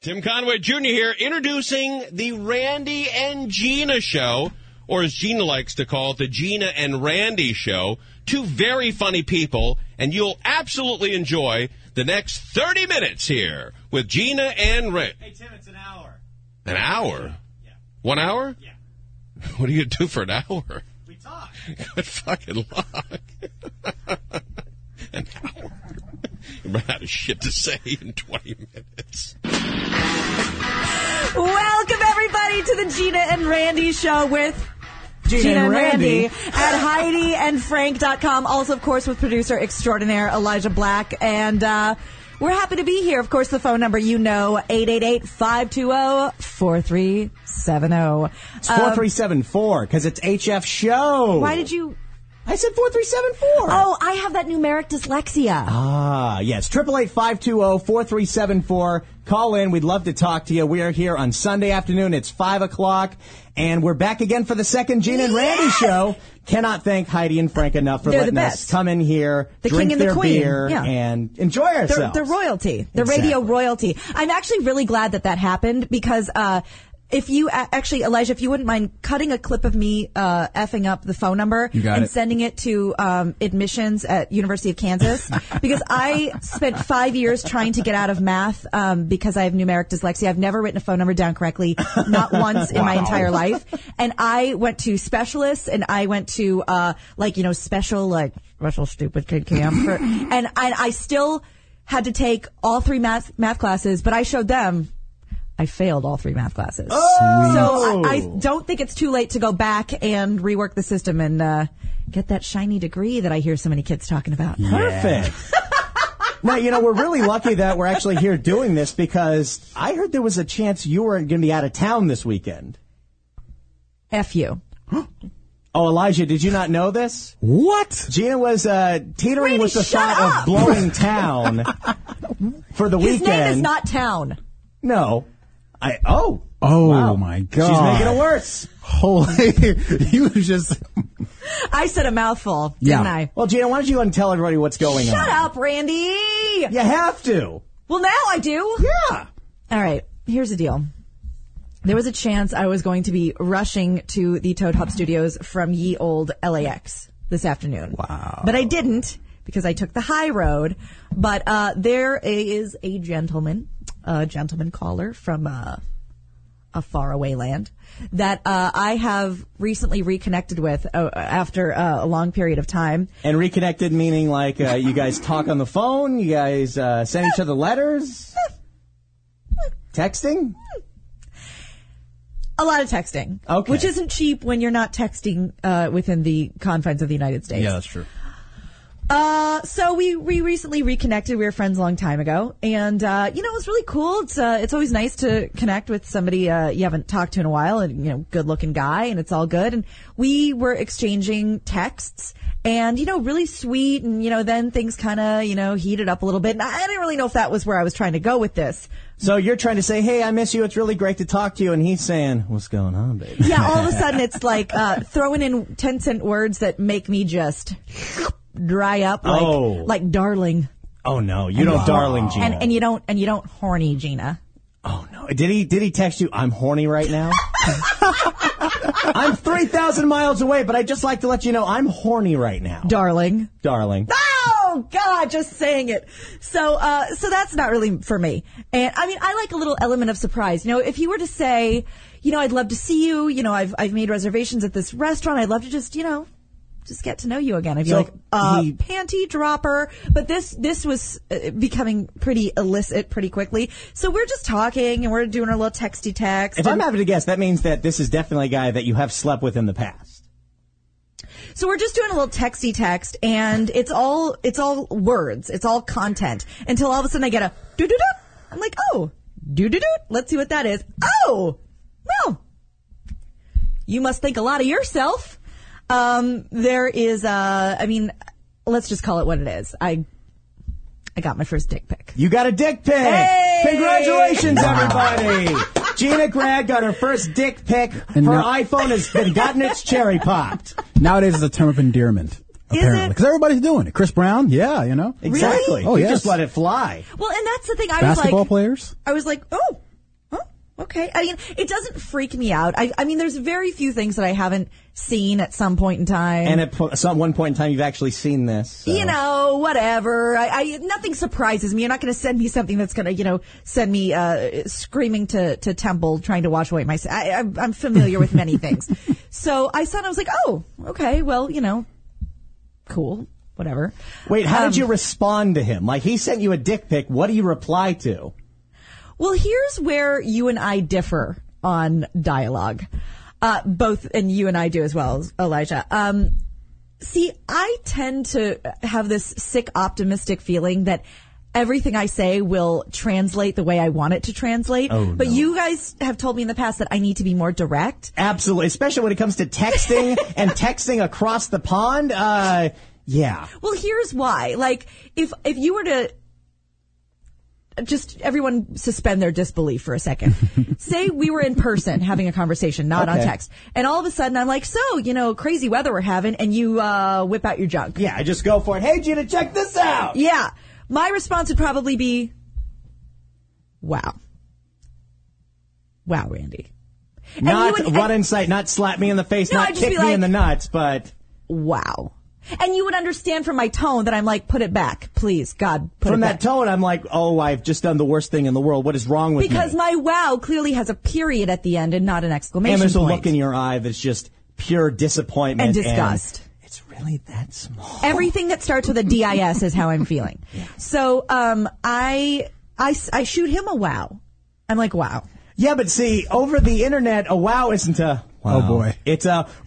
Tim Conway Jr. here, introducing the Randy and Gina Show, or as Gina likes to call it, the Gina and Randy Show. Two very funny people, and you'll absolutely enjoy the next 30 minutes here with Gina and Rick. Hey, Tim, it's an hour. An hour? Yeah. One hour? Yeah. What do you do for an hour? We talk. Good fucking luck. An hour. You run out of shit to say in 20 minutes. Welcome everybody to the Gina and Randy show with Gina, and Randy. at HeidiandFrank.com. Also, of course, with producer extraordinaire Elijah Black. And uh, we're happy to be here. Of course, the phone number you know, oh, 888-520-4370. It's 4374 because it's HF show. Um, Why did you... I said 4374. Oh, I have that numeric dyslexia. Ah, yes. 888-520-4374. Call in. We'd love to talk to you. We are here on Sunday afternoon. It's 5 o'clock. And we're back again for the second Gene and Randy show. Cannot thank Heidi and Frank enough for They're the letting us best. come in here, The drink king and the their queen. beer, Yeah. and enjoy They're, ourselves. they're royalty. They're radio Exactly. royalty. I'm actually really glad that that happened because, uh, if you a- actually, Elijah, if you wouldn't mind cutting a clip of me uh, effing up the phone number You got and it. sending it to um, admissions at University of Kansas, because I spent five years trying to get out of math um, because I have numeric dyslexia. I've never written a phone number down correctly, not once in my entire life. And I went to specialists, and I went to uh, like you know special like special stupid kid camp, for, and I, I still had to take all three math math classes, but I showed them I failed all three math classes. So I, I don't think it's too late to go back and rework the system and uh, get that shiny degree that I hear so many kids talking about. Perfect. Now, you know, we're really lucky that we're actually here doing this because I heard there was a chance you were going to be out of town this weekend. F you. Oh, Elijah, did you not know this? What? Gina was uh, teetering Randy, with the shut thought up. of blowing town for the His weekend. name is not Town. No. I oh. Oh Wow. my She's god. making it worse. Holy, you just I said a mouthful, Yeah. didn't I? Well, Gina, why don't you untell everybody what's going on? Shut up, Randy. You have to. Well, now I do. Yeah. All right, here's the deal. There was a chance I was going to be rushing to the Toad Hop Studios from ye old LAX this afternoon. Wow. But I didn't because I took the high road. But uh, there is a gentleman, a gentleman caller from uh, a faraway land that uh, I have recently reconnected with uh, after uh, a long period of time. And reconnected meaning like uh, you guys talk on the phone, you guys uh, send each other letters, texting. A lot of texting, Okay. which isn't cheap when you're not texting uh, within the confines of the United States. yeah, that's true. Uh, so we, we recently reconnected. We were friends a long time ago. And, uh, you know, it was really cool. It's, uh, it's always nice to connect with somebody, uh, you haven't talked to in a while and, you know, good looking guy and it's all good. And we were exchanging texts and, you know, really sweet. And, you know, then things kind of, you know, heated up a little bit. And I I didn't really know if that was where I was trying to go with this. So you're trying to say, "Hey, I miss you. It's really great to talk to you." And he's saying, "What's going on, baby?" Yeah. All of a sudden it's like, uh, throwing in 10 cent words that make me just dry up like, Oh. like darling. Oh no, you don't, darling Gina. And, and you don't, and you don't horny Gina. Oh no! Did he did he text you? I'm horny right now. I'm three thousand miles away, but I'd just like to let you know I'm horny right now, darling. darling. Oh God, just saying it. So, uh, so that's not really for me. And I mean, I like a little element of surprise. You know, if you were to say, you know, I'd love to see you. You know, I've I've made reservations at this restaurant. I'd love to just, you know, just get to know you again. I'd be So like, uh, he- panty dropper. But this this was uh, becoming pretty illicit pretty quickly. So we're just talking and we're doing our little texty text. If I'm and- having to guess, that means that this is definitely a guy that you have slept with in the past. So we're just doing a little texty text and it's all, it's all words. It's all content until all of a sudden I get a doo doo doo. I'm like, oh, doo doo doo. Let's see what that is. Oh, well, you must think a lot of yourself. Um, there is, uh, I mean, let's just call it what it is. I, I got my first dick pic. You got a dick pic. Hey! Congratulations, everybody. Gina Grad got her first dick pic. And her now- iPhone has been gotten its cherry popped. Nowadays, it's a term of endearment. Apparently, it? because everybody's doing it. Chris Brown, yeah, you know, Exactly. Oh you yes. just let it fly. Well, and that's the thing. I was Basketball like, players. I was like, oh, Okay. I mean, it doesn't freak me out. I, I mean, there's very few things that I haven't seen at some point in time. And at po- some one point in time, you've actually seen this. so- you know, whatever. I, I nothing surprises me. You're not going to send me something that's going to, you know, send me uh, screaming to, to temple trying to wash away my. s- I, am I'm familiar with many things, so I saw it. I was like, oh, okay, well, you know, cool, whatever. Wait, how Um, did you respond to him? Like he sent you a dick pic. What do you reply to? Well, here's where you and I differ on dialogue. Uh, both, and you and I do as well, Elijah. Um, see, I tend to have this sick optimistic feeling that everything I say will translate the way I want it to translate. Oh, But no. you guys have told me in the past that I need to be more direct. Absolutely, especially when it comes to texting and texting across the pond. Uh, yeah. Well, here's why. Like, if, if you were to just everyone suspend their disbelief for a second. Say we were in person having a conversation, not on Okay. text. And all of a sudden I'm like, so, you know, crazy weather we're having and you, uh, whip out your junk. Yeah, I just go for it. Hey, Gina, check this out. Yeah. My response would probably be, wow. Wow, Randy. And you Not would- run in sight, not slap me in the face, No, I'd not just kick be me like- in the nuts, but Wow. And you would understand from my tone that I'm like, put it back, please. God, put from it that back. tone, I'm like, oh, I've just done the worst thing in the world. What is wrong with because me? my wow clearly has a period at the end and not an exclamation and there's a point. look in your eye that's just pure disappointment And disgust. it's really that small. Everything that starts with a DIS is how I'm feeling. So, um, I, I, s- I shoot him a wow. I'm like, wow. Yeah, but see, over the internet, a wow isn't a. Wow. Oh, boy. It's a wow!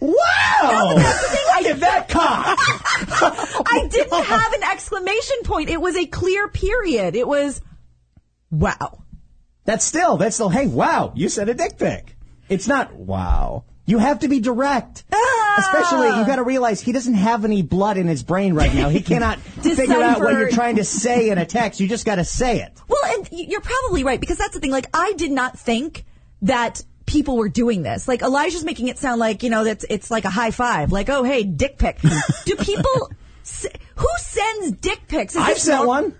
Look at that cock! I didn't have an exclamation point. It was a clear period. It was wow. That's still, that's still, hey, wow, you said a dick pic. It's not, wow. You have to be direct. Ah! Especially, you gotta realize he doesn't have any blood in his brain right now. He cannot figure out what Decipher. you're trying to say in a text. You just gotta say it. Well, and y- you're probably right because that's the thing. Like, I did not think that people were doing this. Like, Elijah's making it sound like, you know, that's, it's like a high five. Like, oh, hey, dick pic. Do people, s- who sends dick pics? Is I've this sent nor- one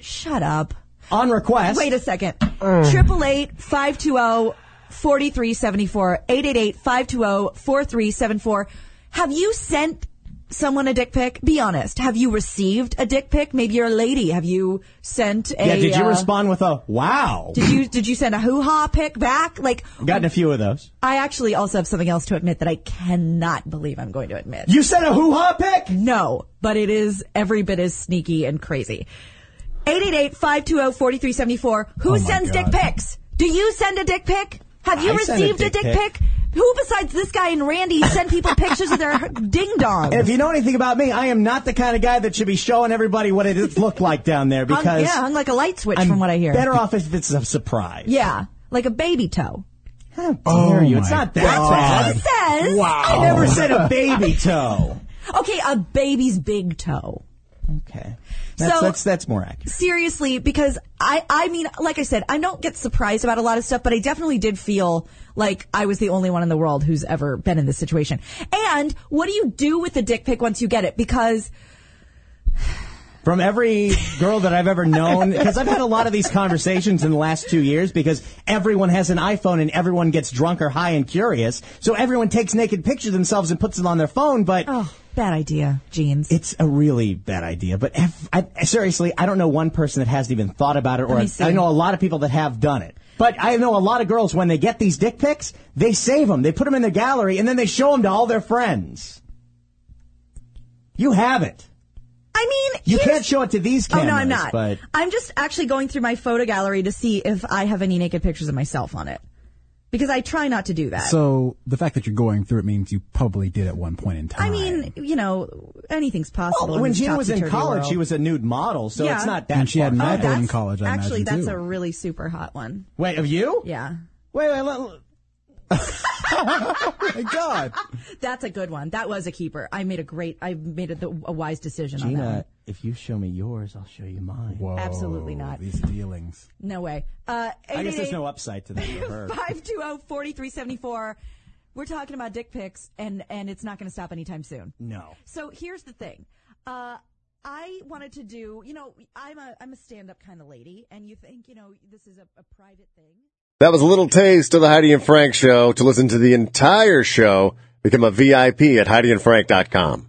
Shut up. on request. Wait a second. Mm. Triple eight five two zero forty three seventy four eight eight eight five two zero four three seven four. Have you sent someone a dick pic? Be honest. Have you received a dick pic? Maybe you're a lady. Have you sent a? yeah, did you uh, respond with a wow? Did you did you send a hoo ha pic back? Like Gotten a few of those. I actually also have something else to admit that I cannot believe I'm going to admit. You sent a hoo ha pic? No, but it is every bit as sneaky and crazy. oh, 888-520-4374. Who sends God. dick pics? Do you send a dick pic? Have you I send a received a dick dick, pic. pic? Who besides this guy and Randy send people pictures of their ding dong? If you know anything about me, I am not the kind of guy that should be showing everybody what it looked like down there because hung, yeah, hung like a light switch I'm from what I hear. better off if it's a surprise. yeah, like a baby toe. How dare Oh you? my It's not that God. bad. It says, I never said a baby toe. okay, a baby's big toe. Okay. That's, So- that's, that's more accurate. seriously because I I mean like I said I don't get surprised about a lot of stuff but I definitely did feel like I was the only one in the world who's ever been in this situation. And what do you do with the dick pic once you get it because From every girl that I've ever known, because I've had a lot of these conversations in the last two years because everyone has an iPhone and everyone gets drunk or high and curious. So everyone takes naked pictures of themselves and puts it on their phone, but oh bad idea jeans. It's a really bad idea, but ev- I, seriously, I don't know one person that hasn't even thought about it, or Let me I- see. I know a lot of people that have done it. But I know a lot of girls when they get these dick pics, they save them, they put them in their gallery, and then they show them to all their friends. You have it. I mean You here's- can't show it to these Oh cameras. no, I'm not. But I'm just actually going through my photo gallery to see if I have any naked pictures of myself on it because I try not to do that. So the fact that you're going through it means you probably did at one point in time. I mean, you know, anything's possible. Well, in when this Gina was in topsy-turvy college, world. she was a nude model, so Yeah. it's not that. and she had an far. Oh, iPhone in that's- college. I actually, imagine, that's too. a really super hot one. Wait, of you? Yeah. Wait, wait, let, let- Oh My God. That's a good one. That was a keeper. I made a great, I made a, the, a wise decision on that. Gina. one. If you show me yours, I'll show you mine. Whoa, Absolutely not. These dealings. No way. Uh, I guess there's no upside to that. for her. oh, 520-4374. We're talking about dick pics and, and it's not going to stop anytime soon. No. So here's the thing. Uh, I wanted to do, you know, I'm a, I'm a stand up kind of lady and you think, you know, this is a, a private thing. That was a little taste of the Heidi and Frank show. To listen to the entire show, become a VIP at HeidiandFrank.com.